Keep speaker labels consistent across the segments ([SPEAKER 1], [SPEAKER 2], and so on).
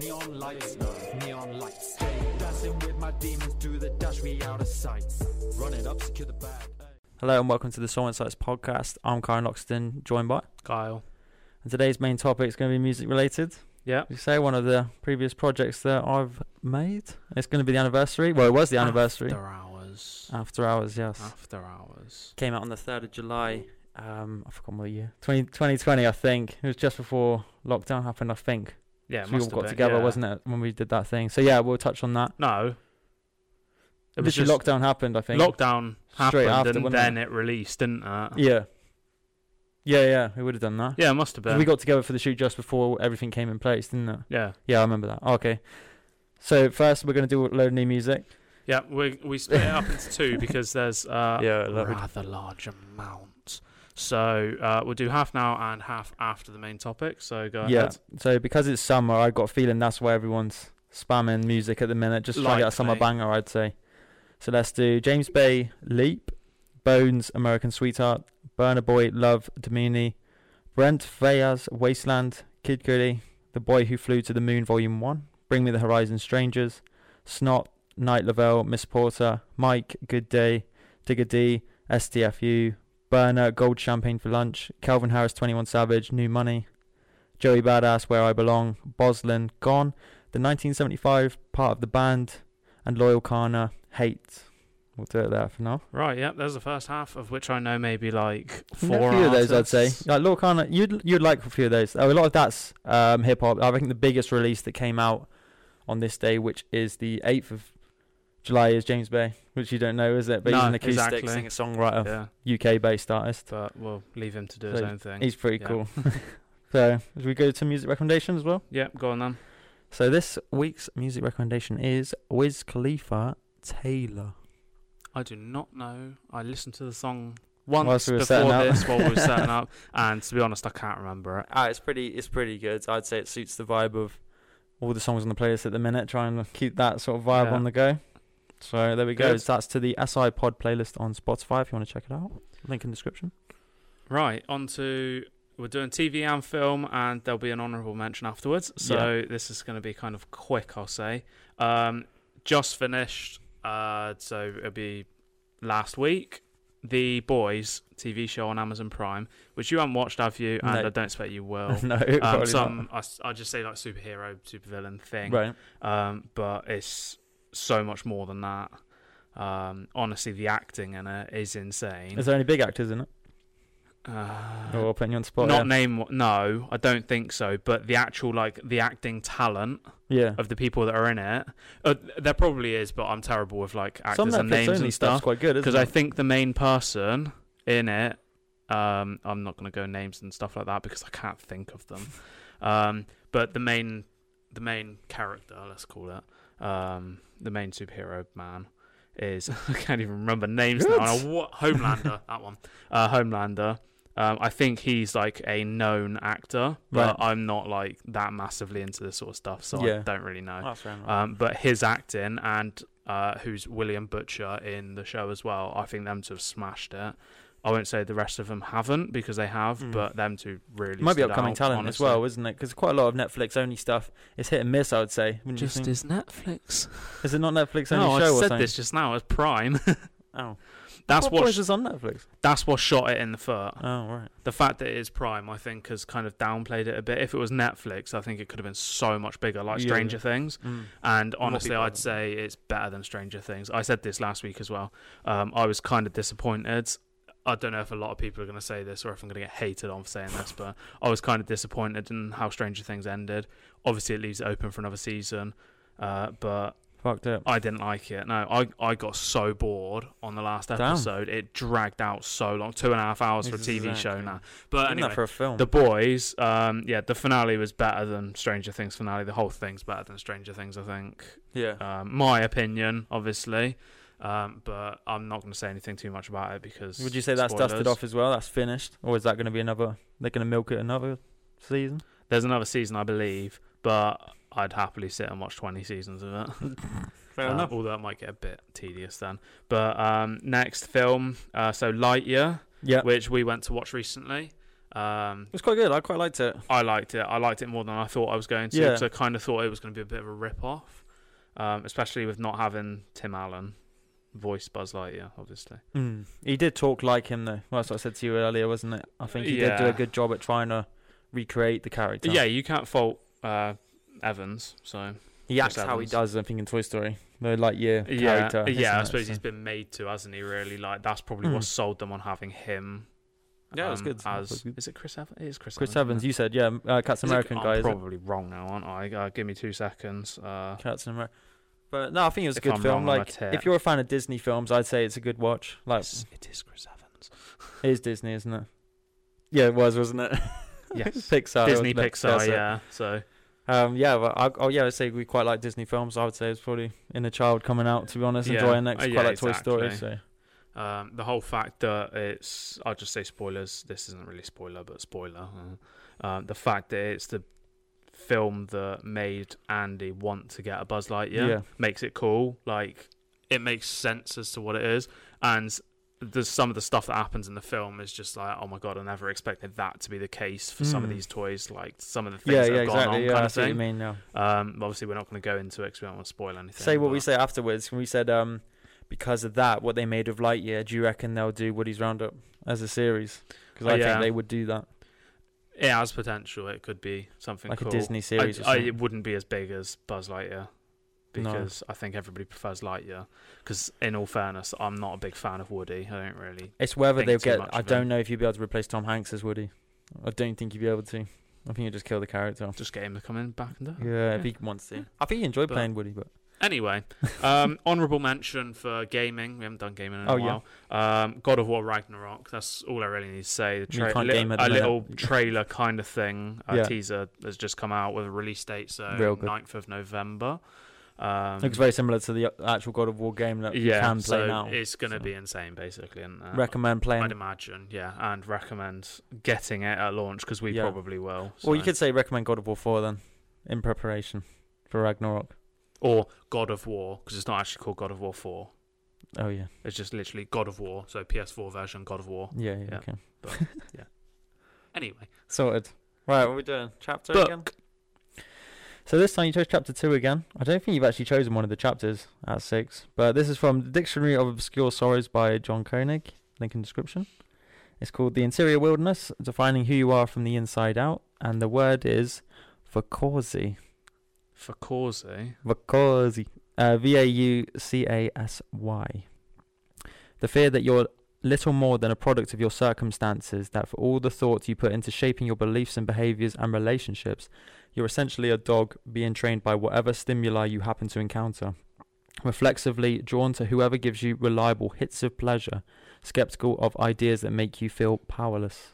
[SPEAKER 1] Neon lights, neon lights. Hey, dancing with my demons through the dash, we out of sight. Run it up, secure the bag.
[SPEAKER 2] Hello and welcome to the Soul Insights podcast. I'm Karen Loxton, joined by.
[SPEAKER 3] Kyle.
[SPEAKER 2] And today's main topic is going to be music related.
[SPEAKER 3] Yeah.
[SPEAKER 2] You say one of the previous projects that I've made. It's going to be the anniversary. Well, it was the anniversary.
[SPEAKER 3] After hours.
[SPEAKER 2] After hours, yes.
[SPEAKER 3] After hours.
[SPEAKER 2] Came out on the 3rd of July. Um, I forgot what year. 20, 2020, I think. It was just before lockdown happened, I think.
[SPEAKER 3] Yeah.
[SPEAKER 2] So we all got together, wasn't it, when we did that thing? So yeah, we'll touch on that.
[SPEAKER 3] No. It was
[SPEAKER 2] Literally
[SPEAKER 3] just
[SPEAKER 2] lockdown happened, I think.
[SPEAKER 3] lockdown
[SPEAKER 2] Straight
[SPEAKER 3] happened
[SPEAKER 2] after,
[SPEAKER 3] and
[SPEAKER 2] wasn't
[SPEAKER 3] then it? released, didn't it?
[SPEAKER 2] Yeah. Yeah, yeah. We would have done that.
[SPEAKER 3] Yeah, it must have
[SPEAKER 2] 'Cause
[SPEAKER 3] been.
[SPEAKER 2] We got together for the shoot just before everything came in place, didn't it?
[SPEAKER 3] yeah.
[SPEAKER 2] Yeah, I remember that. Oh, Okay. So first, we're gonna do a load of new music.
[SPEAKER 3] Yeah, we we split it up into two because there's uh,
[SPEAKER 2] Yeah,
[SPEAKER 3] a
[SPEAKER 2] that would-
[SPEAKER 3] rather large amount. So uh, we'll do half now and half after the main topic. So go
[SPEAKER 2] yeah.
[SPEAKER 3] ahead.
[SPEAKER 2] So because it's summer, I got a feeling that's why everyone's spamming music at the minute, just trying to get a summer
[SPEAKER 3] Likely.
[SPEAKER 2] banger, I'd say. So let's do James Bay, Leap, Bones, American Sweetheart, Burner Boy, Love, Domini, Brent Fayaz, Wasteland, Kid Cudi, The Boy Who Flew to the Moon, Volume One, Bring Me the Horizon, Strangers, Snot, Night Lavelle, Miss Porter, Mike, Good Day, Digger D, SDFU, Burner, Gold Champagne for Lunch, Calvin Harris, 21 Savage, New Money, Joey Badass, Where I Belong, Boslin, Gone, The 1975, Part of the Band, and Loyal Kana, Hate. We'll do it there for now.
[SPEAKER 3] Right. Yeah. There's the first half of which I know maybe like
[SPEAKER 2] A
[SPEAKER 3] four.
[SPEAKER 2] few of those, I'd say.
[SPEAKER 3] artists.
[SPEAKER 2] Like Loyal Kana, you'd you'd like a few of those. Oh, a lot of that's um, hip hop. I think the biggest release that came out on this day, which is the 8th of July, is James Bay, which you don't know, is it? But he's
[SPEAKER 3] No,
[SPEAKER 2] an acoustic
[SPEAKER 3] exactly.
[SPEAKER 2] singer-songwriter,
[SPEAKER 3] Yeah.
[SPEAKER 2] UK-based artist.
[SPEAKER 3] But we'll leave him to do
[SPEAKER 2] So
[SPEAKER 3] his own thing.
[SPEAKER 2] He's pretty
[SPEAKER 3] Yeah.
[SPEAKER 2] cool. so, as we go to music recommendation as well.
[SPEAKER 3] Yeah. Go on then.
[SPEAKER 2] So, this week's music recommendation is Wiz Khalifa Taylor.
[SPEAKER 3] I do not know. I listened to the song once
[SPEAKER 2] Whilst we were setting
[SPEAKER 3] before
[SPEAKER 2] up.
[SPEAKER 3] this while we were setting up, and to be honest, I can't remember it.
[SPEAKER 2] Ah, it's pretty. It's pretty good. I'd say it suits the vibe of all the songs on the playlist at the minute. Trying to keep that sort of vibe
[SPEAKER 3] Yeah.
[SPEAKER 2] on the go. So there we go.
[SPEAKER 3] Good.
[SPEAKER 2] That's to the SI Pod playlist on Spotify. If you want to check it out, link in description.
[SPEAKER 3] Right. On to we're doing TV and film, and there'll be an honourable mention afterwards. So this is going to be kind of quick, I'll say. Um, just finished. Uh, so it'll be last week. The Boys TV show on Amazon Prime, which you haven't watched, have you? And
[SPEAKER 2] No.
[SPEAKER 3] I don't expect you will.
[SPEAKER 2] no,
[SPEAKER 3] um,
[SPEAKER 2] probably
[SPEAKER 3] some I, s- I just say like superhero, supervillain thing.
[SPEAKER 2] not. right.
[SPEAKER 3] um, but it's so much more than that. Um, honestly, the acting in it is insane.
[SPEAKER 2] Is there any big actors in it? Oh,
[SPEAKER 3] Uh,
[SPEAKER 2] Or putting you on the spot?
[SPEAKER 3] not name, no, I don't think so. But the actual like the acting talent
[SPEAKER 2] yeah. yeah.
[SPEAKER 3] of the people that are in it, uh, there probably is, but I'm terrible with like
[SPEAKER 2] Some
[SPEAKER 3] actors and
[SPEAKER 2] Netflix
[SPEAKER 3] names
[SPEAKER 2] only
[SPEAKER 3] and
[SPEAKER 2] stuff's
[SPEAKER 3] stuff
[SPEAKER 2] quite good,
[SPEAKER 3] because
[SPEAKER 2] isn't
[SPEAKER 3] I
[SPEAKER 2] it?
[SPEAKER 3] think the main person in it, um, I'm not gonna go names and stuff like that because I can't think of them. um, but the main, the main character, let's call it, um, the main superhero man is I can't even remember names now.
[SPEAKER 2] Good.
[SPEAKER 3] And I- what Homelander? that one, uh, Homelander. Um, I think he's like a known actor, but I'm not like that massively into this sort of stuff, so
[SPEAKER 2] Yeah.
[SPEAKER 3] I don't really know
[SPEAKER 2] That's fair enough.
[SPEAKER 3] um, but his acting and uh, who's William Butcher in the show as well. I think them two have smashed it. I won't say the rest of them haven't because they have,
[SPEAKER 2] Mm.
[SPEAKER 3] but them two really
[SPEAKER 2] Might be
[SPEAKER 3] stood
[SPEAKER 2] upcoming
[SPEAKER 3] out,
[SPEAKER 2] talent as
[SPEAKER 3] honestly.
[SPEAKER 2] well, isn't it? Because quite a lot of Netflix only stuff is hit and miss. I would say. Wouldn't you think?
[SPEAKER 3] is Netflix.
[SPEAKER 2] Is it not Netflix only
[SPEAKER 3] No, I
[SPEAKER 2] show or
[SPEAKER 3] said
[SPEAKER 2] something?
[SPEAKER 3] this just now. It's Prime.
[SPEAKER 2] Oh,
[SPEAKER 3] that's
[SPEAKER 2] what
[SPEAKER 3] what.
[SPEAKER 2] is on Netflix?
[SPEAKER 3] that's what shot it in the foot.
[SPEAKER 2] Oh right.
[SPEAKER 3] The fact that it is Prime, I think, has kind of downplayed it a bit. If it was Netflix, I think it could have been so much bigger, like
[SPEAKER 2] Yeah.
[SPEAKER 3] Stranger Things.
[SPEAKER 2] Mm.
[SPEAKER 3] And honestly,
[SPEAKER 2] people
[SPEAKER 3] I'd
[SPEAKER 2] haven't.
[SPEAKER 3] say it's better than Stranger Things. I said this last week as well. Um, I was kind of disappointed. I don't know if a lot of people are going to say this or if I'm going to get hated on for saying this, but I was kind of disappointed in how Stranger Things ended. Obviously, it leaves it open for another season, uh, but
[SPEAKER 2] Fucked up.
[SPEAKER 3] I didn't like it. No, I, I got so bored on the last
[SPEAKER 2] Damn.
[SPEAKER 3] episode. It dragged out so long two and a half hours for a TV show
[SPEAKER 2] Exactly.
[SPEAKER 3] now. But
[SPEAKER 2] Isn't
[SPEAKER 3] anyway,
[SPEAKER 2] that for a film?
[SPEAKER 3] the boys, um, yeah, the finale was better than Stranger Things finale. The whole thing's better than Stranger Things, I think.
[SPEAKER 2] yeah.
[SPEAKER 3] Um, my opinion, obviously, um, but I'm not going to say anything too much about it because.
[SPEAKER 2] Would you say that's dusted
[SPEAKER 3] spoilers.
[SPEAKER 2] off as well? That's finished, or is that going to be another? They're going to milk it another season.
[SPEAKER 3] There's another season, I believe, but I'd happily sit and watch 20 seasons of it.
[SPEAKER 2] Fair
[SPEAKER 3] Uh, although it might get a bit tedious then. But um, next film, uh, so Lightyear,
[SPEAKER 2] Yeah.
[SPEAKER 3] which we went to watch recently. Um,
[SPEAKER 2] was quite good. I quite liked it.
[SPEAKER 3] I liked it. I liked it more than I thought I was going to.
[SPEAKER 2] Yeah.
[SPEAKER 3] So I kind of thought it was going to be a bit of a rip off, um, especially with not having Tim Allen voice Buzz Lightyear, obviously.
[SPEAKER 2] Mm. He did talk like him, though. Well, that's what I said to you earlier, wasn't it? I think he did do
[SPEAKER 3] Yeah.
[SPEAKER 2] a good job at trying to recreate the character.
[SPEAKER 3] Yeah, you can't fault uh, Evans. So
[SPEAKER 2] he acts
[SPEAKER 3] Chris
[SPEAKER 2] how he
[SPEAKER 3] Evans.
[SPEAKER 2] does. I think in Toy Story, the Lightyear
[SPEAKER 3] yeah,
[SPEAKER 2] character.
[SPEAKER 3] yeah.
[SPEAKER 2] isn't
[SPEAKER 3] I
[SPEAKER 2] it?
[SPEAKER 3] suppose
[SPEAKER 2] So-
[SPEAKER 3] he's been made to, hasn't he? Really, like that's probably
[SPEAKER 2] Mm.
[SPEAKER 3] what sold them on having him.
[SPEAKER 2] Yeah, it's
[SPEAKER 3] um,
[SPEAKER 2] good.
[SPEAKER 3] As
[SPEAKER 2] It's good.
[SPEAKER 3] is it Chris Evans? It is Chris.
[SPEAKER 2] Chris
[SPEAKER 3] Evans.
[SPEAKER 2] Evans.
[SPEAKER 3] isn't it?
[SPEAKER 2] You said, yeah, uh,
[SPEAKER 3] Is
[SPEAKER 2] Cats
[SPEAKER 3] it-
[SPEAKER 2] American
[SPEAKER 3] I'm
[SPEAKER 2] guy. Is it?
[SPEAKER 3] probably wrong now, aren't I? Uh, give me two seconds. Uh,
[SPEAKER 2] Cats America. But no, I think it was a
[SPEAKER 3] If
[SPEAKER 2] good
[SPEAKER 3] I'm
[SPEAKER 2] film.
[SPEAKER 3] wrong, I'm a
[SPEAKER 2] like,
[SPEAKER 3] tit.
[SPEAKER 2] if you're a fan of Disney films, I'd say it's a good watch. Like,
[SPEAKER 3] it's- it is Chris Evans.
[SPEAKER 2] it is Disney, isn't it? Yeah, it was, wasn't it?
[SPEAKER 3] Yes.
[SPEAKER 2] Pixar.
[SPEAKER 3] Disney
[SPEAKER 2] wasn't it?
[SPEAKER 3] Pixar,
[SPEAKER 2] That's it.
[SPEAKER 3] yeah. So
[SPEAKER 2] Um, yeah, but I, oh yeah, I'd say we quite like Disney films. I would say it's probably in a child coming out. To be honest,
[SPEAKER 3] Yeah.
[SPEAKER 2] enjoying it. 'cause
[SPEAKER 3] Uh,
[SPEAKER 2] quite
[SPEAKER 3] yeah,
[SPEAKER 2] like Toy Story.
[SPEAKER 3] exactly.
[SPEAKER 2] So
[SPEAKER 3] um, the whole fact that it's I'll just say spoilers. This isn't really spoiler, but spoiler. uh, Um, the fact that it's the film that made Andy want to get a Buzz Lightyear
[SPEAKER 2] Yeah.
[SPEAKER 3] makes it cool. Like it makes sense as to what it is, and there's some of the stuff that happens in the film is just like, oh my god, I never expected that to be the case for some of
[SPEAKER 2] Mm.
[SPEAKER 3] these toys. Like some of the things
[SPEAKER 2] yeah,
[SPEAKER 3] that
[SPEAKER 2] yeah,
[SPEAKER 3] have gone
[SPEAKER 2] exactly.
[SPEAKER 3] on,
[SPEAKER 2] Yeah,
[SPEAKER 3] kind
[SPEAKER 2] I
[SPEAKER 3] of
[SPEAKER 2] see what you
[SPEAKER 3] thing.
[SPEAKER 2] mean. Yeah.
[SPEAKER 3] Um, obviously, we're not going to go into it because we don't want to spoil anything.
[SPEAKER 2] Say what we
[SPEAKER 3] but-
[SPEAKER 2] say afterwards. When we said um, because of that, what they made of Lightyear, do you reckon they'll do Woody's Roundup as a series? Because
[SPEAKER 3] Oh,
[SPEAKER 2] I
[SPEAKER 3] yeah.
[SPEAKER 2] think they would do that,
[SPEAKER 3] It has potential. It could be something
[SPEAKER 2] like
[SPEAKER 3] cool.
[SPEAKER 2] a Disney
[SPEAKER 3] I,
[SPEAKER 2] series. or
[SPEAKER 3] I,
[SPEAKER 2] something.
[SPEAKER 3] it wouldn't be as big as Buzz Lightyear because I think everybody prefers Lightyear. Because in all fairness, I'm not a big fan of Woody. I don't really.
[SPEAKER 2] It's whether
[SPEAKER 3] think
[SPEAKER 2] they'll
[SPEAKER 3] too
[SPEAKER 2] get.
[SPEAKER 3] much of
[SPEAKER 2] I
[SPEAKER 3] him.
[SPEAKER 2] don't know if you'd be able to replace Tom Hanks as Woody. I don't think you'd be able to. I think you'd just kill the character.
[SPEAKER 3] Just get him to come in back and do. it.
[SPEAKER 2] Yeah, if he wants to. I think he enjoyed
[SPEAKER 3] But-
[SPEAKER 2] playing Woody, but
[SPEAKER 3] Anyway, um, honorable mention for gaming. We haven't done gaming in a
[SPEAKER 2] Oh, yeah.
[SPEAKER 3] while. Um, God of War Ragnarok. That's all I really need to say. The
[SPEAKER 2] You
[SPEAKER 3] tra-
[SPEAKER 2] can't
[SPEAKER 3] li-
[SPEAKER 2] game at the
[SPEAKER 3] a
[SPEAKER 2] minute.
[SPEAKER 3] little trailer kind of thing. A
[SPEAKER 2] Yeah.
[SPEAKER 3] teaser has just come out with a release date, so
[SPEAKER 2] Real good.
[SPEAKER 3] 9th of November. Um,
[SPEAKER 2] looks very similar to the actual God of War game that you can play
[SPEAKER 3] so
[SPEAKER 2] now.
[SPEAKER 3] It's gonna
[SPEAKER 2] so.
[SPEAKER 3] be insane, basically. And uh,
[SPEAKER 2] Recommend
[SPEAKER 3] I'd
[SPEAKER 2] playing.
[SPEAKER 3] imagine, yeah, and recommend getting it at launch because we
[SPEAKER 2] Yeah.
[SPEAKER 3] probably will.
[SPEAKER 2] Well, you
[SPEAKER 3] so.
[SPEAKER 2] could say recommend God of War 4 then, in preparation for Ragnarok.
[SPEAKER 3] or God of War because it's not actually called God of War Four.
[SPEAKER 2] Oh yeah,
[SPEAKER 3] It's just literally God of War, so PS4 version God of War.
[SPEAKER 2] yeah, yeah.
[SPEAKER 3] Yeah.
[SPEAKER 2] Okay,
[SPEAKER 3] Anyway,
[SPEAKER 2] sorted. Right, what are we doing? Chapter
[SPEAKER 3] Book.
[SPEAKER 2] again. So this time you chose chapter two again. I don't think you've actually chosen one of the chapters at six, but this is from the Dictionary of Obscure Sorrows by John Koenig. Link in description. It's called The Interior Wilderness, defining who you are from the inside out, and the word is Vacorsi.
[SPEAKER 3] for Causey,
[SPEAKER 2] Vacausy. Uh, v A U C A S Y. The fear that you're little more than a product of your circumstances, that for all the thought you put into shaping your beliefs and behaviors and relationships, you're essentially a dog being trained by whatever stimuli you happen to encounter. Reflexively drawn to whoever gives you reliable hits of pleasure, skeptical of ideas that make you feel powerless.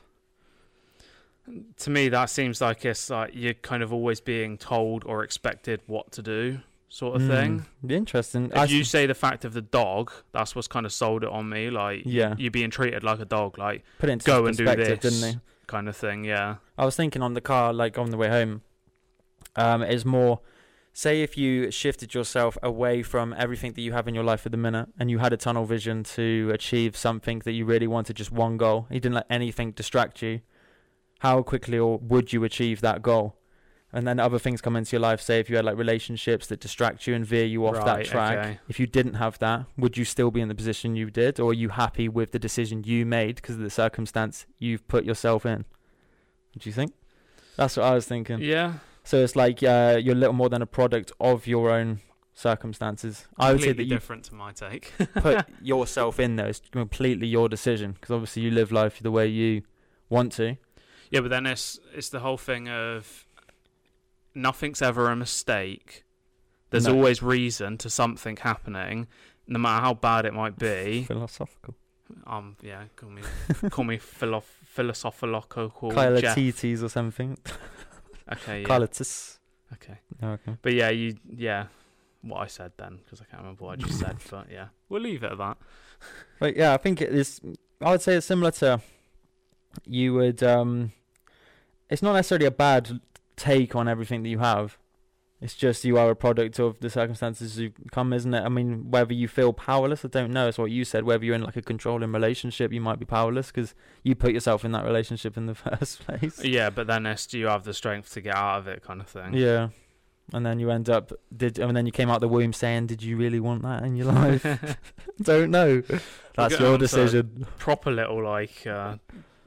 [SPEAKER 3] to me that seems like it's like you're kind of always being told or expected what to do, sort of thing.
[SPEAKER 2] Mm, Interesting.
[SPEAKER 3] If you say the fact of the dog, that's what's kind of sold it on me. Like,
[SPEAKER 2] Yeah.
[SPEAKER 3] you're being treated like a dog, like
[SPEAKER 2] put it into
[SPEAKER 3] go and do
[SPEAKER 2] perspective, didn't
[SPEAKER 3] this.
[SPEAKER 2] they?
[SPEAKER 3] kind of thing. Yeah.
[SPEAKER 2] I was thinking on the car, like on the way home, um, is more say if you shifted yourself away from everything that you have in your life at the minute and you had a tunnel vision to achieve something that you really wanted, just one goal, you didn't let anything distract you, how quickly or would you achieve that goal? And then other things come into your life. Say if you had like relationships that distract you and veer you off that
[SPEAKER 3] Right,
[SPEAKER 2] track.
[SPEAKER 3] okay.
[SPEAKER 2] If you didn't have that, would you still be in the position you did, or are you happy with the decision you made because of the circumstance you've put yourself in? What do you think? That's what I was thinking.
[SPEAKER 3] Yeah.
[SPEAKER 2] So it's like uh, you're little more than a product of your own circumstances. I would say that
[SPEAKER 3] Completely
[SPEAKER 2] you
[SPEAKER 3] different to my take.
[SPEAKER 2] put yourself in there. It's completely your decision because obviously you live life the way you want to.
[SPEAKER 3] yeah, but then it's it's the whole thing of nothing's ever a mistake. There's
[SPEAKER 2] No.
[SPEAKER 3] always reason to something happening, no matter how bad it might be.
[SPEAKER 2] Philosophical.
[SPEAKER 3] Um, yeah, call me call me philo- philosophical.
[SPEAKER 2] Kyla
[SPEAKER 3] Jeff.
[SPEAKER 2] Tetes or something.
[SPEAKER 3] Okay, yeah.
[SPEAKER 2] Kyla Tis.
[SPEAKER 3] Okay.
[SPEAKER 2] Oh, okay.
[SPEAKER 3] But yeah, you yeah, what I said then because I can't remember what I just said. But yeah, we'll leave it at that.
[SPEAKER 2] But yeah, I think it is. I would say it's similar to you would. um It's not necessarily a bad take on everything that you have. It's just you are a product of the circumstances you come, isn't it? I mean, whether you feel powerless, I don't know. It's what you said. Whether you're in like a controlling relationship, you might be powerless because you put yourself in that relationship in the first place.
[SPEAKER 3] Yeah, but then it's do you have the strength to get out of it kind of thing.
[SPEAKER 2] Yeah. And then you end up did, and then you came out the womb saying, "Did you really want that in your life?" don't know. That's
[SPEAKER 3] get
[SPEAKER 2] your
[SPEAKER 3] on to-
[SPEAKER 2] decision.
[SPEAKER 3] Proper little like uh,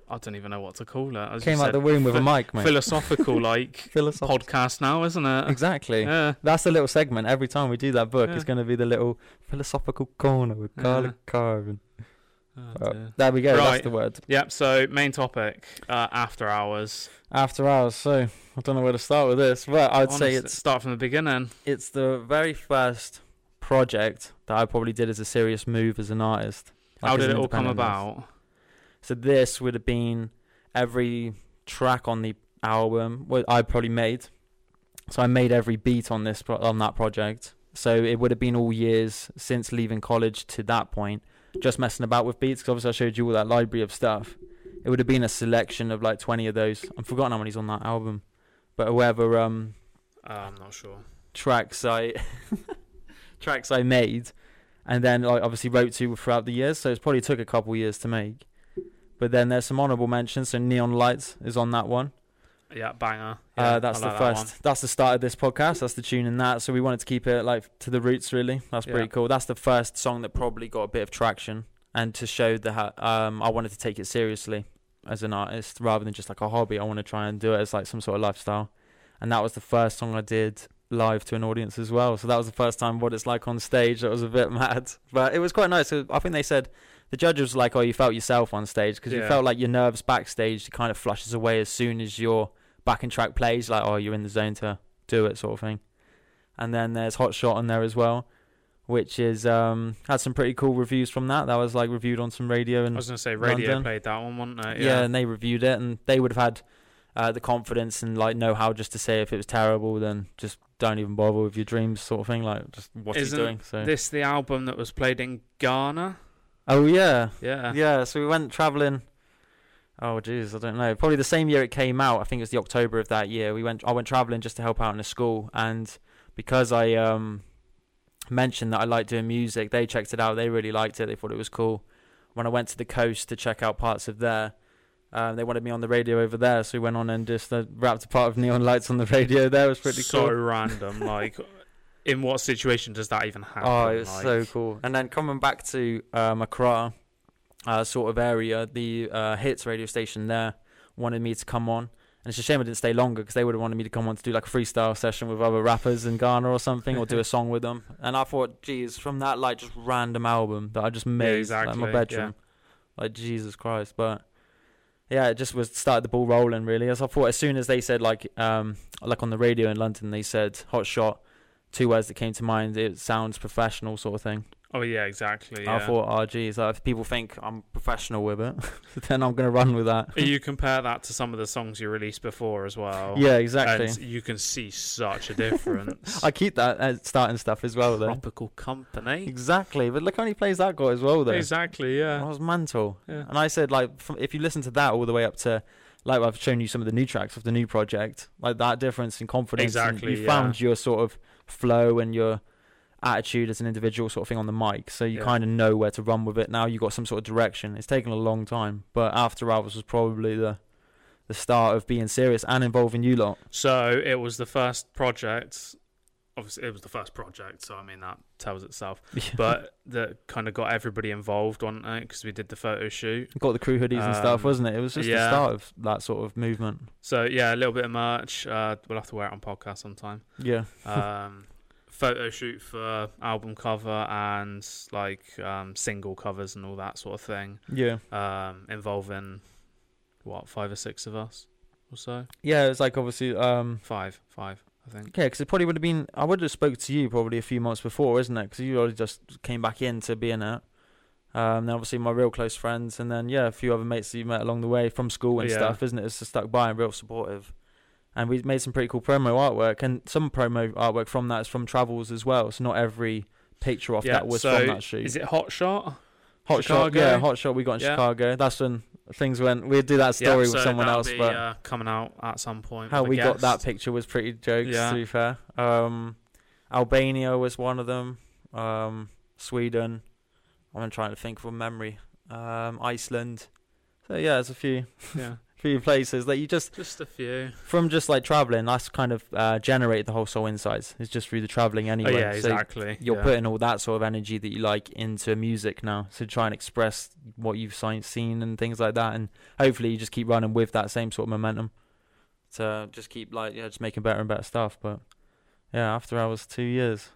[SPEAKER 3] I don't even know what to call it. As you
[SPEAKER 2] Came out
[SPEAKER 3] said,
[SPEAKER 2] the womb with a
[SPEAKER 3] phi-
[SPEAKER 2] mic, mate.
[SPEAKER 3] philosophical like
[SPEAKER 2] Philosoph-
[SPEAKER 3] podcast now, isn't it?
[SPEAKER 2] Exactly.
[SPEAKER 3] Yeah.
[SPEAKER 2] That's the little segment. Every time we do that book,
[SPEAKER 3] Yeah.
[SPEAKER 2] it's going to be the little philosophical corner with Carla
[SPEAKER 3] Yeah.
[SPEAKER 2] Carvin.
[SPEAKER 3] Oh,
[SPEAKER 2] Uh,
[SPEAKER 3] dear.
[SPEAKER 2] there we go. That's
[SPEAKER 3] Right.
[SPEAKER 2] the word.
[SPEAKER 3] Yep. So main topic uh, after hours.
[SPEAKER 2] After hours. So I don't know where to start with this, but I'd say
[SPEAKER 3] Honestly,
[SPEAKER 2] it's
[SPEAKER 3] start from the beginning.
[SPEAKER 2] it's the very first project that I probably did as a serious move as an artist.
[SPEAKER 3] How
[SPEAKER 2] like as
[SPEAKER 3] did it
[SPEAKER 2] an
[SPEAKER 3] all come
[SPEAKER 2] independent artist.
[SPEAKER 3] about?
[SPEAKER 2] So this would have been every track on the album what I probably made. So I made every beat on this pro- on that project. So it would have been all years since leaving college to that point, just messing about with beats. Because obviously I showed you all that library of stuff. It would have been a selection of like twenty of those. I've forgotten how many's on that album, but whoever um
[SPEAKER 3] Uh, I'm not sure.
[SPEAKER 2] tracks I tracks I made, and then like obviously wrote to throughout the years. So it's probably took a couple years to make. But then there's some honourable mentions. So Neon Lights is on that one.
[SPEAKER 3] Yeah, banger.
[SPEAKER 2] uh,
[SPEAKER 3] Yeah, I
[SPEAKER 2] that's the
[SPEAKER 3] like that
[SPEAKER 2] first. that's the start of this podcast. That's the tune in that. So we wanted to keep it like to the roots. Really, that's pretty
[SPEAKER 3] Yeah.
[SPEAKER 2] cool. That's the first song that probably got a bit of traction, and to show that ho- um, I wanted to take it seriously as an artist rather than just like a hobby. I want to try and do it as like some sort of lifestyle. And that was the first song I did live to an audience as well. So that was the first time what it's like on stage. That was a bit mad, but it was quite nice. So I think they said the judge was like, "Oh, you felt yourself on stage because you
[SPEAKER 3] Yeah.
[SPEAKER 2] felt like your nerves backstage kind of flushes away as soon as your back and track plays. Like, oh, you're in the zone to do it, sort of thing." And then there's Hot Shot on there as well, which is um had some pretty cool reviews from that. That was like reviewed on some radio
[SPEAKER 3] I
[SPEAKER 2] and
[SPEAKER 3] was gonna say radio
[SPEAKER 2] London.
[SPEAKER 3] played that one, wasn't it?
[SPEAKER 2] yeah. and they reviewed it, and they would have had uh, the confidence and like know-how just to say if it was terrible, then just don't even bother with your dreams, sort of thing. Like, just what's
[SPEAKER 3] Isn't
[SPEAKER 2] he doing? So,
[SPEAKER 3] This the album that was played in Ghana.
[SPEAKER 2] oh yeah,
[SPEAKER 3] Yeah.
[SPEAKER 2] yeah. So we went traveling. Oh jeez, I don't know. Probably the same year it came out. I think it was the October of that year. We went. I went traveling just to help out in a school, and because I um mentioned that I like doing music, they checked it out. They really liked it. They thought it was cool. When I went to the coast to check out parts of there, um, they wanted me on the radio over there, so we went on and just uh, wrapped a part of neon lights on the radio. There It was pretty
[SPEAKER 3] so
[SPEAKER 2] cool.
[SPEAKER 3] random. Like, in what situation does that even happen?
[SPEAKER 2] Oh, it was
[SPEAKER 3] like,
[SPEAKER 2] so cool. And then coming back to um, Accra, uh, sort of area, the uh, Hits radio station there wanted me to come on. And it's a shame I didn't stay longer because they would have wanted me to come on to do like a freestyle session with other rappers in Ghana or something or do a song with them. And I thought, geez, from that like just random album that I just made like, in
[SPEAKER 3] exactly,
[SPEAKER 2] my
[SPEAKER 3] yeah.
[SPEAKER 2] bedroom, like Jesus Christ. But yeah, it just was started the ball rolling really. As I thought, as soon as they said like um like on the radio in London, they said "hot shot," two words that came to mind. It sounds professional, sort of thing.
[SPEAKER 3] Oh yeah, exactly. Yeah.
[SPEAKER 2] I thought, oh geez, like, if people think I'm professional with it, then I'm gonna run with that.
[SPEAKER 3] you compare that to some of the songs you released before as well.
[SPEAKER 2] yeah, exactly.
[SPEAKER 3] Oh, And you can see such a difference.
[SPEAKER 2] I keep that uh, starting stuff as well though.
[SPEAKER 3] Tropical company.
[SPEAKER 2] Exactly, but look how many plays that got as well though.
[SPEAKER 3] Exactly.
[SPEAKER 2] I
[SPEAKER 3] Yeah.
[SPEAKER 2] was mantle.
[SPEAKER 3] Yeah.
[SPEAKER 2] And I said, like, from, if you listen to that all the way up to, like, I've shown you some of the new tracks of the new project, like that difference in confidence. and
[SPEAKER 3] Exactly,
[SPEAKER 2] You
[SPEAKER 3] yeah.
[SPEAKER 2] found your sort of flow and your attitude as an individual sort of thing on the mic. So you
[SPEAKER 3] Yeah.
[SPEAKER 2] kind of know where to run with it. Now you've got some sort of direction. It's taken a long time, but After Hours was probably the the start of being serious and involving you lot.
[SPEAKER 3] So it was the first project. Obviously, it was the first project, so I mean that tells itself. But that kind of got everybody involved, wasn't it? Because we did the photo shoot.
[SPEAKER 2] got the crew hoodies and stuff,
[SPEAKER 3] um,
[SPEAKER 2] wasn't it? It was just the
[SPEAKER 3] yeah.
[SPEAKER 2] start of that sort of movement.
[SPEAKER 3] So yeah, a little bit of merch. Uh, we'll have to wear it on podcast sometime.
[SPEAKER 2] Yeah.
[SPEAKER 3] um, photo shoot for album cover and like um, single covers and all that sort of thing,
[SPEAKER 2] Yeah.
[SPEAKER 3] um, involving what five or six of us or so.
[SPEAKER 2] Yeah, it was like obviously um
[SPEAKER 3] Five, five, I think.
[SPEAKER 2] Okay, because it probably would have been. I would have spoke to you probably a few months before, isn't it? Because you already just came back in to be in it. Um, then obviously my real close friends, and then yeah, a few other mates that you met along the way from school and
[SPEAKER 3] Yeah.
[SPEAKER 2] stuff, isn't it? It's just stuck by and real supportive. And we made some pretty cool promo artwork, and some promo artwork from that is from travels as well. So not every picture off
[SPEAKER 3] Yeah,
[SPEAKER 2] that was
[SPEAKER 3] so
[SPEAKER 2] from that shoot.
[SPEAKER 3] Is it Hot Shot?
[SPEAKER 2] hot shot,
[SPEAKER 3] Chicago?
[SPEAKER 2] yeah, hot shot. We got in
[SPEAKER 3] Yeah.
[SPEAKER 2] Chicago. That's when things went. We'd do that story
[SPEAKER 3] Yeah, so
[SPEAKER 2] with someone
[SPEAKER 3] that'll
[SPEAKER 2] else,
[SPEAKER 3] be,
[SPEAKER 2] but
[SPEAKER 3] uh, coming out at some point.
[SPEAKER 2] how
[SPEAKER 3] with a
[SPEAKER 2] we got that
[SPEAKER 3] guest.
[SPEAKER 2] picture was pretty jokes.
[SPEAKER 3] Yeah.
[SPEAKER 2] To be fair, um, Albania was one of them. Um, Sweden. I'm trying to think from memory. Um, Iceland. So yeah, there's a few
[SPEAKER 3] yeah,
[SPEAKER 2] few places that you just
[SPEAKER 3] just a few.
[SPEAKER 2] from just like traveling. That's kind of uh, generated the whole soul insights. It's just through the traveling anyway.
[SPEAKER 3] oh yeah,
[SPEAKER 2] So
[SPEAKER 3] exactly.
[SPEAKER 2] you're
[SPEAKER 3] yeah.
[SPEAKER 2] putting all that sort of energy that you like into music now so try and express what you've si- seen and things like that and hopefully you just keep running with that same sort of momentum to just keep like yeah just making better and better stuff but yeah after i was two years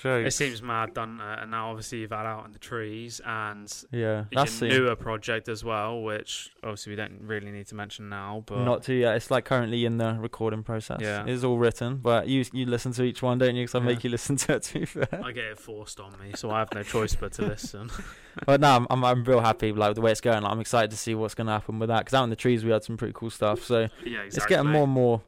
[SPEAKER 2] so
[SPEAKER 3] It seems mad, done. Uh, and now obviously you've had out in the trees and
[SPEAKER 2] yeah that's
[SPEAKER 3] your
[SPEAKER 2] it.
[SPEAKER 3] newer project as well, which obviously we don't really need to mention now. But
[SPEAKER 2] not too yet it's like currently in the recording process
[SPEAKER 3] Yeah.
[SPEAKER 2] it's all written but you you listen to each one don't you because i
[SPEAKER 3] Yeah.
[SPEAKER 2] make you listen to it to be fair
[SPEAKER 3] I get it forced on me, so I have no choice but to listen.
[SPEAKER 2] but no, I'm, I'm I'm real happy like with the way it's going. Like, I'm excited to see what's going to happen with that because out in the trees we had some pretty cool stuff. So
[SPEAKER 3] yeah, exactly.
[SPEAKER 2] it's getting more and more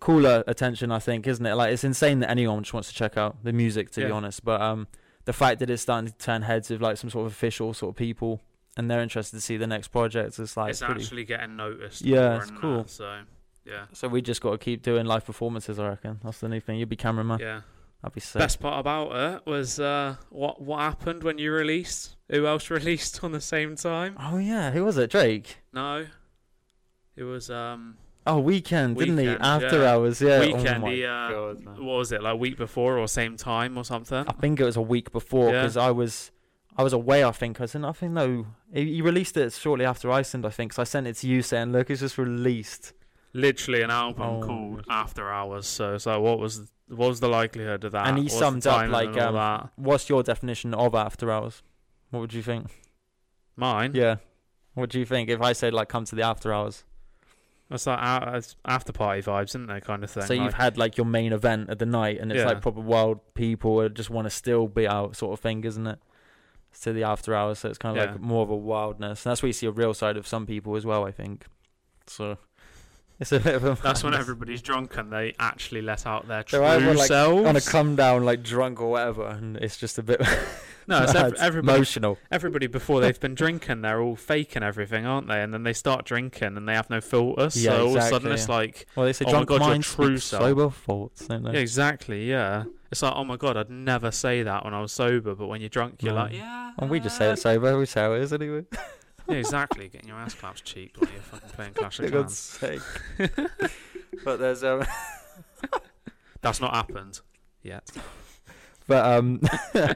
[SPEAKER 2] cooler attention, I think, isn't it? Like it's insane that anyone just wants to check out the music, to be
[SPEAKER 3] Yeah.
[SPEAKER 2] honest. But um, the fact that it's starting to turn heads with like some sort of official sort of people, and they're interested to see the next project, it's like
[SPEAKER 3] it's
[SPEAKER 2] pretty.
[SPEAKER 3] actually getting noticed.
[SPEAKER 2] Yeah,
[SPEAKER 3] more
[SPEAKER 2] it's
[SPEAKER 3] and
[SPEAKER 2] cool.
[SPEAKER 3] That, so yeah,
[SPEAKER 2] So we just got to keep doing live performances, I reckon. That's the new thing. You'll be cameraman.
[SPEAKER 3] yeah.
[SPEAKER 2] That'd be sick.
[SPEAKER 3] Best part about it was uh, what what happened when you released. Who else released on the same time?
[SPEAKER 2] Oh yeah, who was it? Drake.
[SPEAKER 3] No, it was um
[SPEAKER 2] Oh, weekend, didn't
[SPEAKER 3] Weekend,
[SPEAKER 2] he? After
[SPEAKER 3] yeah.
[SPEAKER 2] hours, yeah. oh,
[SPEAKER 3] weekend.
[SPEAKER 2] my
[SPEAKER 3] he, uh,
[SPEAKER 2] God, man. Uh,
[SPEAKER 3] what was it like week before or same time or something?
[SPEAKER 2] I think it was a week before
[SPEAKER 3] Yeah.
[SPEAKER 2] because I was I was away. I think I was in. I think no, he he released it shortly after Iceland. I think so. I sent it to you saying, "Look, it's just released."
[SPEAKER 3] Literally an album
[SPEAKER 2] Oh.
[SPEAKER 3] called After Hours. So it's like, what was what was the likelihood of that?
[SPEAKER 2] And he
[SPEAKER 3] What's the
[SPEAKER 2] summed up,
[SPEAKER 3] timing
[SPEAKER 2] like,
[SPEAKER 3] and all
[SPEAKER 2] um,
[SPEAKER 3] that?
[SPEAKER 2] What's your definition of after hours? What would you think?
[SPEAKER 3] mine.
[SPEAKER 2] Yeah, what do you think if I said like come to the after hours?
[SPEAKER 3] It's like a- it's after party vibes, isn't they? Kind of thing.
[SPEAKER 2] so you've
[SPEAKER 3] like-
[SPEAKER 2] had like your main event of the night, and it's
[SPEAKER 3] Yeah.
[SPEAKER 2] like proper wild people that just want to still be out, sort of thing, isn't it? It's to the after hours, so it's kind of
[SPEAKER 3] Yeah.
[SPEAKER 2] like more of a wildness. And that's where you see a real side of some people as well. I think. So it's a bit of a
[SPEAKER 3] that's when
[SPEAKER 2] madness.
[SPEAKER 3] everybody's drunk and they actually let out their true
[SPEAKER 2] So I would, like,
[SPEAKER 3] selves.
[SPEAKER 2] on a come down like drunk or whatever and it's just a bit
[SPEAKER 3] no, it's ev-
[SPEAKER 2] it's
[SPEAKER 3] everybody.
[SPEAKER 2] emotional
[SPEAKER 3] Everybody before they've been drinking, they're all faking everything, aren't they? And then they start drinking and they have no filter. So
[SPEAKER 2] Yeah,
[SPEAKER 3] all of a sudden
[SPEAKER 2] exactly,
[SPEAKER 3] it's like,
[SPEAKER 2] well they say
[SPEAKER 3] Oh my
[SPEAKER 2] drunk
[SPEAKER 3] God, your
[SPEAKER 2] minds
[SPEAKER 3] true
[SPEAKER 2] speak
[SPEAKER 3] self.
[SPEAKER 2] sober thoughts don't
[SPEAKER 3] yeah,
[SPEAKER 2] they
[SPEAKER 3] exactly, yeah. It's like, oh my god, I'd never say that when I was sober, but when you're drunk, you're
[SPEAKER 2] No.
[SPEAKER 3] like, yeah.
[SPEAKER 2] and we just say it's sober we say how it is anyway
[SPEAKER 3] Yeah, exactly. Getting your ass clapped cheap when you're fucking playing Clash
[SPEAKER 2] For
[SPEAKER 3] of
[SPEAKER 2] God's
[SPEAKER 3] Clans.
[SPEAKER 2] sake but there's um
[SPEAKER 3] That's not happened yet.
[SPEAKER 2] but um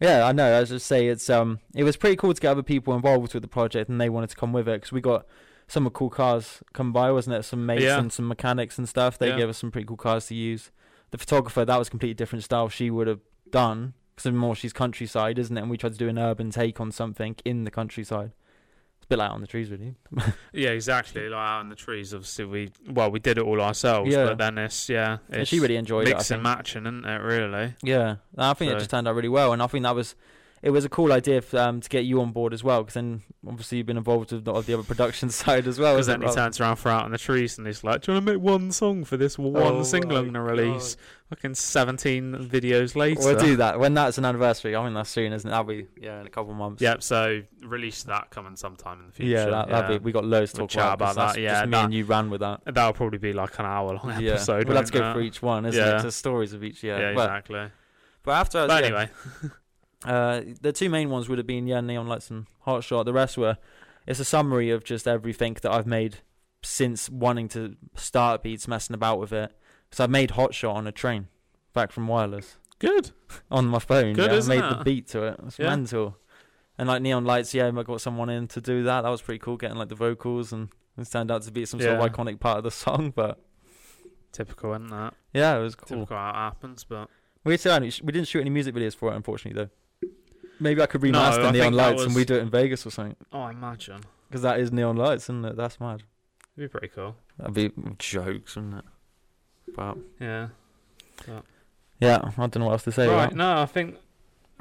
[SPEAKER 2] yeah i know i was just say it's um it was pretty cool to get other people involved with the project and they wanted to come with it because we got some cool cars come by wasn't it some mates
[SPEAKER 3] Yeah.
[SPEAKER 2] and some mechanics and stuff they
[SPEAKER 3] Yeah.
[SPEAKER 2] gave us some pretty cool cars to use the photographer that was a completely different style she would have done because more she's countryside isn't it and we tried to do an urban take on something in the countryside it's a bit like out on the trees really
[SPEAKER 3] Yeah, exactly. Like out in the trees, obviously we well we did it all ourselves,
[SPEAKER 2] Yeah.
[SPEAKER 3] but then it's yeah,
[SPEAKER 2] and
[SPEAKER 3] it's
[SPEAKER 2] she really enjoyed it I
[SPEAKER 3] mix
[SPEAKER 2] think.
[SPEAKER 3] and matching, isn't it? Really.
[SPEAKER 2] Yeah, and I think it
[SPEAKER 3] So-
[SPEAKER 2] just turned out really well, and I think that was it was a cool idea f um, to get you on board as well, because then obviously you've been involved with a lot of the other production side as well.
[SPEAKER 3] Because
[SPEAKER 2] isn't
[SPEAKER 3] then
[SPEAKER 2] it,
[SPEAKER 3] he
[SPEAKER 2] Rob?
[SPEAKER 3] turns around for out in the trees and he's like, "Do you want to make one song for this one
[SPEAKER 2] Oh
[SPEAKER 3] single I'm
[SPEAKER 2] my
[SPEAKER 3] gonna release?" Fucking seventeen videos later.
[SPEAKER 2] We'll do that when that's an anniversary. I think that's soon, isn't it? That'll be yeah in a couple of months.
[SPEAKER 3] Yep. So release that coming sometime in the future.
[SPEAKER 2] yeah, that, that'd be. We got loads to
[SPEAKER 3] We'll
[SPEAKER 2] talk about,
[SPEAKER 3] chat
[SPEAKER 2] 'cause
[SPEAKER 3] about
[SPEAKER 2] that's
[SPEAKER 3] that,
[SPEAKER 2] just
[SPEAKER 3] yeah,
[SPEAKER 2] me
[SPEAKER 3] that-
[SPEAKER 2] and you ran with that.
[SPEAKER 3] That'll probably be like an hour long
[SPEAKER 2] yeah,
[SPEAKER 3] episode.
[SPEAKER 2] we'll have to
[SPEAKER 3] won't
[SPEAKER 2] go
[SPEAKER 3] it?
[SPEAKER 2] for each one, isn't
[SPEAKER 3] Yeah.
[SPEAKER 2] it? The stories of each. Yeah,
[SPEAKER 3] Yeah,
[SPEAKER 2] Well,
[SPEAKER 3] exactly.
[SPEAKER 2] But after I was,
[SPEAKER 3] but
[SPEAKER 2] yeah,
[SPEAKER 3] anyway,
[SPEAKER 2] Uh, the two main ones would have been yeah, Neon Lights and Heartshot. The rest were it's a summary of just everything that I've made since wanting to start beats, messing about with it. So I made Hotshot on a train back from Wireless
[SPEAKER 3] good.
[SPEAKER 2] on my phone.
[SPEAKER 3] Good,
[SPEAKER 2] yeah, I
[SPEAKER 3] isn't
[SPEAKER 2] made the
[SPEAKER 3] it?
[SPEAKER 2] beat to it. It's
[SPEAKER 3] Yeah.
[SPEAKER 2] mental. And like Neon Lights, yeah, I got someone in to do that. That was pretty cool, getting like the vocals and it turned out to be some sort
[SPEAKER 3] Yeah.
[SPEAKER 2] of iconic part of the song. But
[SPEAKER 3] Typical, isn't that?
[SPEAKER 2] yeah, it was cool.
[SPEAKER 3] Typical how it happens, but.
[SPEAKER 2] We still hadn't- we didn't shoot any music videos for it, unfortunately, though. Maybe I could remaster
[SPEAKER 3] I
[SPEAKER 2] Neon
[SPEAKER 3] think that
[SPEAKER 2] Lights and
[SPEAKER 3] was-
[SPEAKER 2] we do it in Vegas or something.
[SPEAKER 3] Oh, I imagine.
[SPEAKER 2] Because that is neon lights, isn't it? That's mad.
[SPEAKER 3] It'd be pretty cool.
[SPEAKER 2] That'd be jokes, wouldn't it? But
[SPEAKER 3] Yeah.
[SPEAKER 2] yeah, I don't know what else to say.
[SPEAKER 3] right,
[SPEAKER 2] about-
[SPEAKER 3] no, I think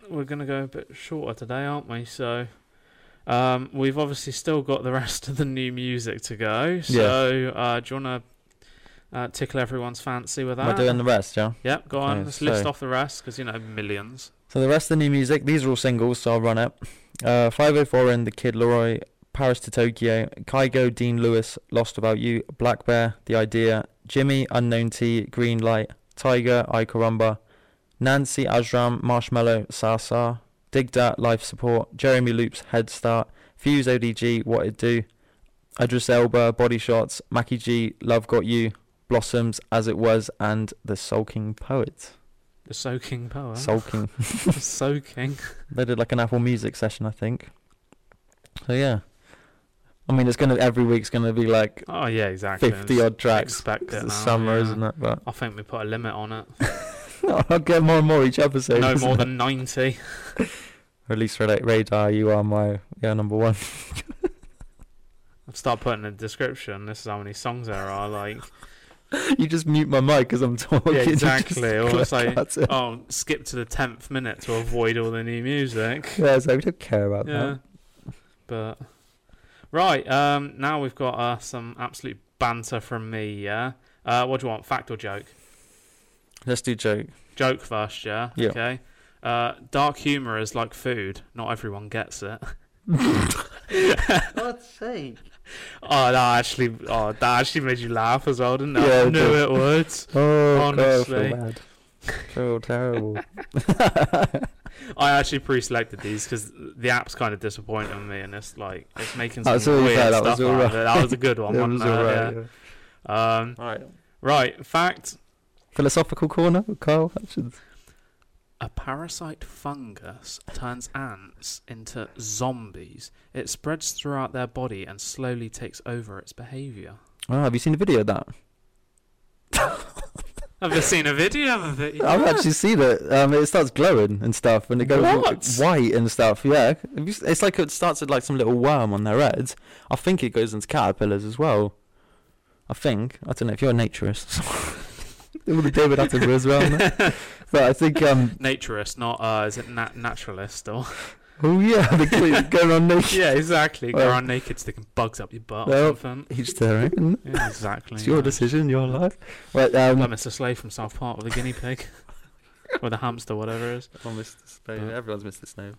[SPEAKER 3] we're going to go a bit shorter today, aren't we? So um, we've obviously still got the rest of the new music to go. So uh, do you want to uh, tickle everyone's fancy with
[SPEAKER 2] Am I
[SPEAKER 3] that?
[SPEAKER 2] doing the rest, yeah?
[SPEAKER 3] Yep, go on.
[SPEAKER 2] Okay,
[SPEAKER 3] Let's list
[SPEAKER 2] so-
[SPEAKER 3] off the rest because, you know, millions.
[SPEAKER 2] oh So the rest of the new music, these are all singles, so I'll run it. Uh, 504 in The Kid Leroy, Paris to Tokyo, Kaigo, Dean Lewis, Lost About You, Black Bear, The Idea, Jimmy, Unknown T, Green Light, Tiger, I Carumba, Nancy, Azram, Marshmallow, Sasa, Dig Dat, Life Support, Jeremy Loops, Head Start, Fuse ODG, What It Do, Idris Elba, Body Shots, Mackie G, Love Got You, Blossoms, As It Was, and The Sulking Poet.
[SPEAKER 3] The soaking power.
[SPEAKER 2] Sulking.
[SPEAKER 3] soaking.
[SPEAKER 2] They did like an Apple Music session, I think. So yeah, I mean, it's gonna every week's gonna be like
[SPEAKER 3] Oh yeah, exactly.
[SPEAKER 2] fifty odd tracks.
[SPEAKER 3] Expect it
[SPEAKER 2] It's the
[SPEAKER 3] now,
[SPEAKER 2] summer,
[SPEAKER 3] yeah.
[SPEAKER 2] isn't it? But
[SPEAKER 3] I think we put a limit on it.
[SPEAKER 2] I'll get more and more each episode.
[SPEAKER 3] no
[SPEAKER 2] isn't
[SPEAKER 3] more
[SPEAKER 2] it?
[SPEAKER 3] than ninety.
[SPEAKER 2] Or at least for like radar. You are my yeah number one.
[SPEAKER 3] I'll start putting a description. This is how many songs there are. Like,
[SPEAKER 2] you just mute my mic as I'm talking. You just
[SPEAKER 3] exactly, or it's
[SPEAKER 2] click
[SPEAKER 3] like-
[SPEAKER 2] at it.
[SPEAKER 3] oh, skip to the tenth minute to avoid all the new music.
[SPEAKER 2] yeah, it's like, we don't care about
[SPEAKER 3] Yeah, but right um, now we've got uh, some absolute banter from me. Yeah, uh, what do you want? Fact or joke?
[SPEAKER 2] that. Let's do joke.
[SPEAKER 3] Joke first. Yeah.
[SPEAKER 2] Yeah.
[SPEAKER 3] Okay. Uh, dark humor is like food. Not everyone gets it.
[SPEAKER 4] God's sake.
[SPEAKER 3] Oh, that actually, oh, that actually made you laugh as well, didn't it?
[SPEAKER 2] Yeah,
[SPEAKER 3] I
[SPEAKER 2] it
[SPEAKER 3] knew
[SPEAKER 2] did.
[SPEAKER 3] it would.
[SPEAKER 2] Oh God, I
[SPEAKER 3] Honestly.
[SPEAKER 2] feel bad. Feel terrible.
[SPEAKER 3] I actually pre-selected these because the app's kind of disappointing me, and it's like it's making some
[SPEAKER 2] That's all
[SPEAKER 3] weird
[SPEAKER 2] fair, that was
[SPEAKER 3] stuff. out
[SPEAKER 2] alright.
[SPEAKER 3] of it. That was a good one.
[SPEAKER 2] It
[SPEAKER 3] wasn't
[SPEAKER 2] was
[SPEAKER 3] it?
[SPEAKER 2] alright,
[SPEAKER 3] Yeah.
[SPEAKER 2] yeah.
[SPEAKER 3] Um,
[SPEAKER 2] Right.
[SPEAKER 3] right, fact
[SPEAKER 2] Philosophical corner with Carl Hutchins.
[SPEAKER 3] A parasite fungus turns ants into zombies. It spreads throughout their body and slowly takes over its behavior.
[SPEAKER 2] Oh, have you seen the video of that?
[SPEAKER 3] Have you seen a video of it?
[SPEAKER 2] I've actually seen it. Um, it starts glowing and stuff, and it goes
[SPEAKER 3] What?
[SPEAKER 2] white and stuff. Yeah, Have you s- it's like it starts with like some little worm on their heads. I think it goes into caterpillars as well. I think I don't know if you're a naturist. All the David Attenborough as well, isn't it? but I think um,
[SPEAKER 3] Naturist, not uh, is it nat- naturalist or?
[SPEAKER 2] oh yeah, the kid going on naked.
[SPEAKER 3] yeah, exactly. Go
[SPEAKER 2] Well-
[SPEAKER 3] around naked, sticking bugs up your butt
[SPEAKER 2] Well-
[SPEAKER 3] or something.
[SPEAKER 2] Each their own. isn't it?
[SPEAKER 3] Yeah, exactly.
[SPEAKER 2] It's your
[SPEAKER 3] yeah.
[SPEAKER 2] decision, your life. Right, um,
[SPEAKER 3] Like Mr. Slade from South Park with a guinea pig or the hamster, whatever it is.
[SPEAKER 2] Everyone missed the snow.
[SPEAKER 3] But-
[SPEAKER 2] Everyone's missed the snow.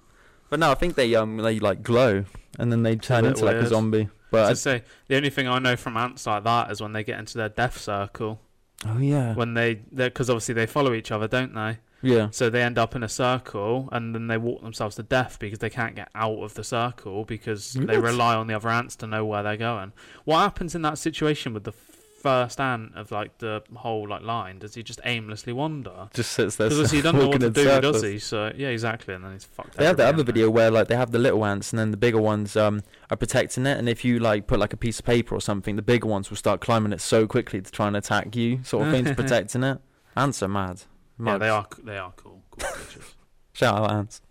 [SPEAKER 2] But no, I think they um they like glow and then they turn
[SPEAKER 3] bit
[SPEAKER 2] into like a
[SPEAKER 3] weird.
[SPEAKER 2] zombie.
[SPEAKER 3] I
[SPEAKER 2] But
[SPEAKER 3] say the only thing I know from ants like that is when they get into their death circle.
[SPEAKER 2] I- oh yeah,
[SPEAKER 3] When they, because obviously they follow each other, don't they?
[SPEAKER 2] yeah,
[SPEAKER 3] So they end up in a circle and then they walk themselves to death because they can't get out of the circle because they
[SPEAKER 2] What?
[SPEAKER 3] rely on the other ants to know where they're going. What happens in that situation with the first ant of like the whole like line? Does he just aimlessly wander?
[SPEAKER 2] just sits there.
[SPEAKER 3] Because he doesn't know what
[SPEAKER 2] walking
[SPEAKER 3] to
[SPEAKER 2] in
[SPEAKER 3] do,
[SPEAKER 2] circles.
[SPEAKER 3] does he? So yeah, exactly. And then he's fucked.
[SPEAKER 2] They have that other
[SPEAKER 3] everybody,
[SPEAKER 2] video where like they have the little ants and then the bigger ones um are protecting it, and if you like put like a piece of paper or something, the bigger ones will start climbing it so quickly to try and attack you, sort of thing, to protecting it. Ants are mad.
[SPEAKER 3] haven't they? Yeah,
[SPEAKER 2] Mad.
[SPEAKER 3] they are. c- They are cool. cool creatures.
[SPEAKER 2] Shout out ants.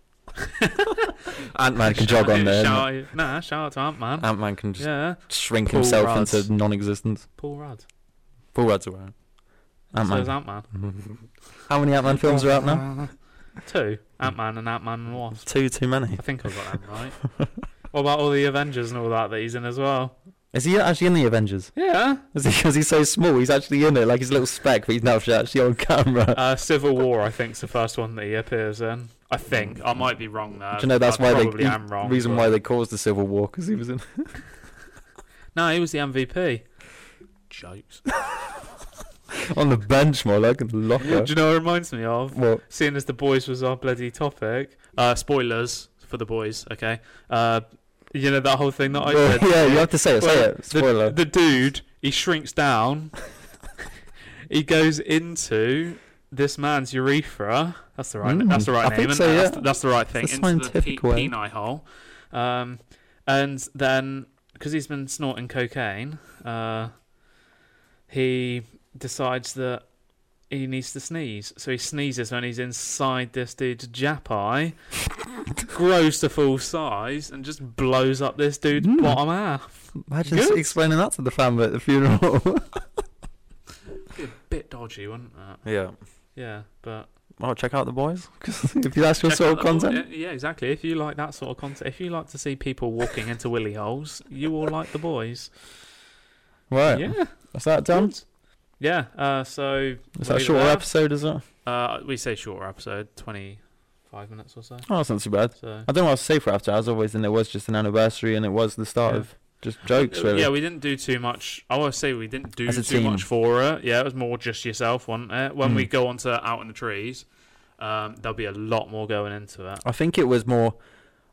[SPEAKER 2] Ant Man can jog
[SPEAKER 3] Shout-
[SPEAKER 2] on there.
[SPEAKER 3] Shout, nah, shout out to Ant Man.
[SPEAKER 2] Ant Man can just
[SPEAKER 3] yeah,
[SPEAKER 2] shrink
[SPEAKER 3] Paul
[SPEAKER 2] himself
[SPEAKER 3] Rudd's-
[SPEAKER 2] into non-existence.
[SPEAKER 3] Paul Rudd.
[SPEAKER 2] Paul Rudd's around. Ant Man.
[SPEAKER 3] Ant Man.
[SPEAKER 2] How many Ant Man films are out now?
[SPEAKER 3] Two. Ant Man and Ant Man and Wasp.
[SPEAKER 2] Two too many.
[SPEAKER 3] I think I got that right. what about all the Avengers and all that that he's in as well?
[SPEAKER 2] Is he actually in the Avengers?
[SPEAKER 3] Yeah.
[SPEAKER 2] Is he? Because he's so small, he's actually in it, like his little speck, but he's not actually on camera.
[SPEAKER 3] Uh, Civil War, I think, is the first one that he appears in. I think I might be wrong there.
[SPEAKER 2] Do you know that's
[SPEAKER 3] I
[SPEAKER 2] why they-
[SPEAKER 3] Uh, probably am wrong.
[SPEAKER 2] Reason
[SPEAKER 3] but-
[SPEAKER 2] why they caused the civil war because he was in.
[SPEAKER 3] No, he was the MVP. Jokes.
[SPEAKER 2] on the bench more like in the
[SPEAKER 3] Do
[SPEAKER 2] locker.
[SPEAKER 3] you know what it reminds me of?
[SPEAKER 2] Well,
[SPEAKER 3] Seeing as the boys was our bloody topic. Uh, spoilers for the boys. Okay. Uh, you know that whole thing that I
[SPEAKER 2] well,
[SPEAKER 3] said.
[SPEAKER 2] yeah, you have to say it. Say
[SPEAKER 3] Well,
[SPEAKER 2] it. Spoiler.
[SPEAKER 3] the dude he shrinks down he goes into this man's urethra that's the right
[SPEAKER 2] Mm,
[SPEAKER 3] that's the right
[SPEAKER 2] I
[SPEAKER 3] name
[SPEAKER 2] think
[SPEAKER 3] isn't
[SPEAKER 2] so,
[SPEAKER 3] it? that's,
[SPEAKER 2] yeah.
[SPEAKER 3] that's the right thing
[SPEAKER 2] It's a
[SPEAKER 3] into the pe-
[SPEAKER 2] scientific way.
[SPEAKER 3] peni hole um, and then because he's been snorting cocaine uh, he decides that he needs to sneeze so he sneezes when he's inside this dude's japai grows to full size and just blows up this dude's
[SPEAKER 2] Mm.
[SPEAKER 3] bottom half
[SPEAKER 2] Imagine
[SPEAKER 3] Good.
[SPEAKER 2] explaining that to the family at the funeral.
[SPEAKER 3] be a bit dodgy, wouldn't it?
[SPEAKER 2] yeah.
[SPEAKER 3] Yeah, but
[SPEAKER 2] Well, check out the boys. 'cause if you that's your
[SPEAKER 3] Check
[SPEAKER 2] sort of
[SPEAKER 3] out the-
[SPEAKER 2] content.
[SPEAKER 3] yeah, yeah, exactly. If you like that sort of content, if you like to see people walking into willy holes, you will like the boys.
[SPEAKER 2] Right.
[SPEAKER 3] Yeah,
[SPEAKER 2] Is that Oh, done?
[SPEAKER 3] good. Yeah. Uh, so
[SPEAKER 2] Is
[SPEAKER 3] we'll
[SPEAKER 2] that a
[SPEAKER 3] leave it
[SPEAKER 2] shorter
[SPEAKER 3] there.
[SPEAKER 2] episode? Is it?
[SPEAKER 3] Uh, we say shorter episode twenty five minutes or so.
[SPEAKER 2] Oh, that's not too bad.
[SPEAKER 3] So
[SPEAKER 2] I don't know what I was safer after, as always, and it was just an anniversary and it was the start
[SPEAKER 3] Yeah.
[SPEAKER 2] of just jokes, really.
[SPEAKER 3] yeah, we didn't do too much. I want to say we didn't do
[SPEAKER 2] As a
[SPEAKER 3] too
[SPEAKER 2] team.
[SPEAKER 3] much for it. Yeah, it was more just yourself, wasn't it? When we
[SPEAKER 2] Mm.
[SPEAKER 3] go on to out in the trees, um, there'll be a lot more going into that.
[SPEAKER 2] I think it was more,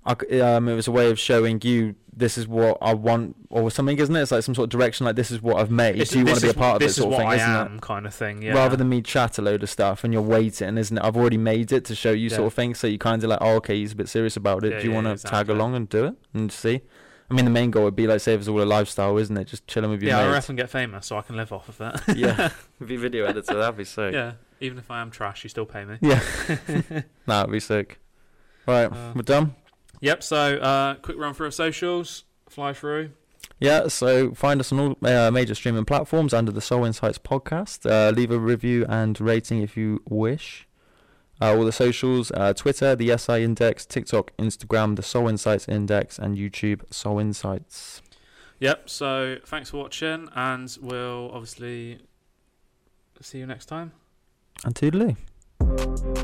[SPEAKER 2] I c- um, it was a way of showing you this is what I want or something, isn't it? It's like some sort of direction, like this is what I've made.
[SPEAKER 3] It's-
[SPEAKER 2] Do you want
[SPEAKER 3] this
[SPEAKER 2] to be a
[SPEAKER 3] is-
[SPEAKER 2] part of
[SPEAKER 3] this
[SPEAKER 2] it, sort
[SPEAKER 3] is
[SPEAKER 2] of
[SPEAKER 3] what
[SPEAKER 2] thing,
[SPEAKER 3] I
[SPEAKER 2] isn't it?
[SPEAKER 3] am, kind of thing. Yeah.
[SPEAKER 2] Rather than me chat a load of stuff and you're waiting, isn't it? I've already made it to show you
[SPEAKER 3] Yeah.
[SPEAKER 2] sort of thing, so you kind of like, oh, okay, he's a bit serious about it.
[SPEAKER 3] Yeah,
[SPEAKER 2] do you
[SPEAKER 3] yeah,
[SPEAKER 2] want to tag
[SPEAKER 3] exactly.
[SPEAKER 2] along and do it and see? I mean, the main goal would be like, say, if it's all a lifestyle, isn't it? Just chilling with your
[SPEAKER 3] yeah, I
[SPEAKER 2] mates.
[SPEAKER 3] reckon get famous, so I can live off of that.
[SPEAKER 2] yeah, be video editor, that'd be sick.
[SPEAKER 3] yeah. Even if I am trash, you still pay me.
[SPEAKER 2] Yeah. Nah, that'd be sick. Right,
[SPEAKER 3] Uh,
[SPEAKER 2] we're done.
[SPEAKER 3] Yep. So, uh, quick run through of socials. Fly through.
[SPEAKER 2] Yeah, so find us on all uh, major streaming platforms under the Soul Insights podcast. Uh, leave a review and rating if you wish. Uh, all the socials uh, Twitter, the SI Index, TikTok, Instagram, the Soul Insights Index, and YouTube, Soul Insights.
[SPEAKER 3] Yep. So, thanks for watching, and we'll obviously see you next time.
[SPEAKER 2] And toodaloo.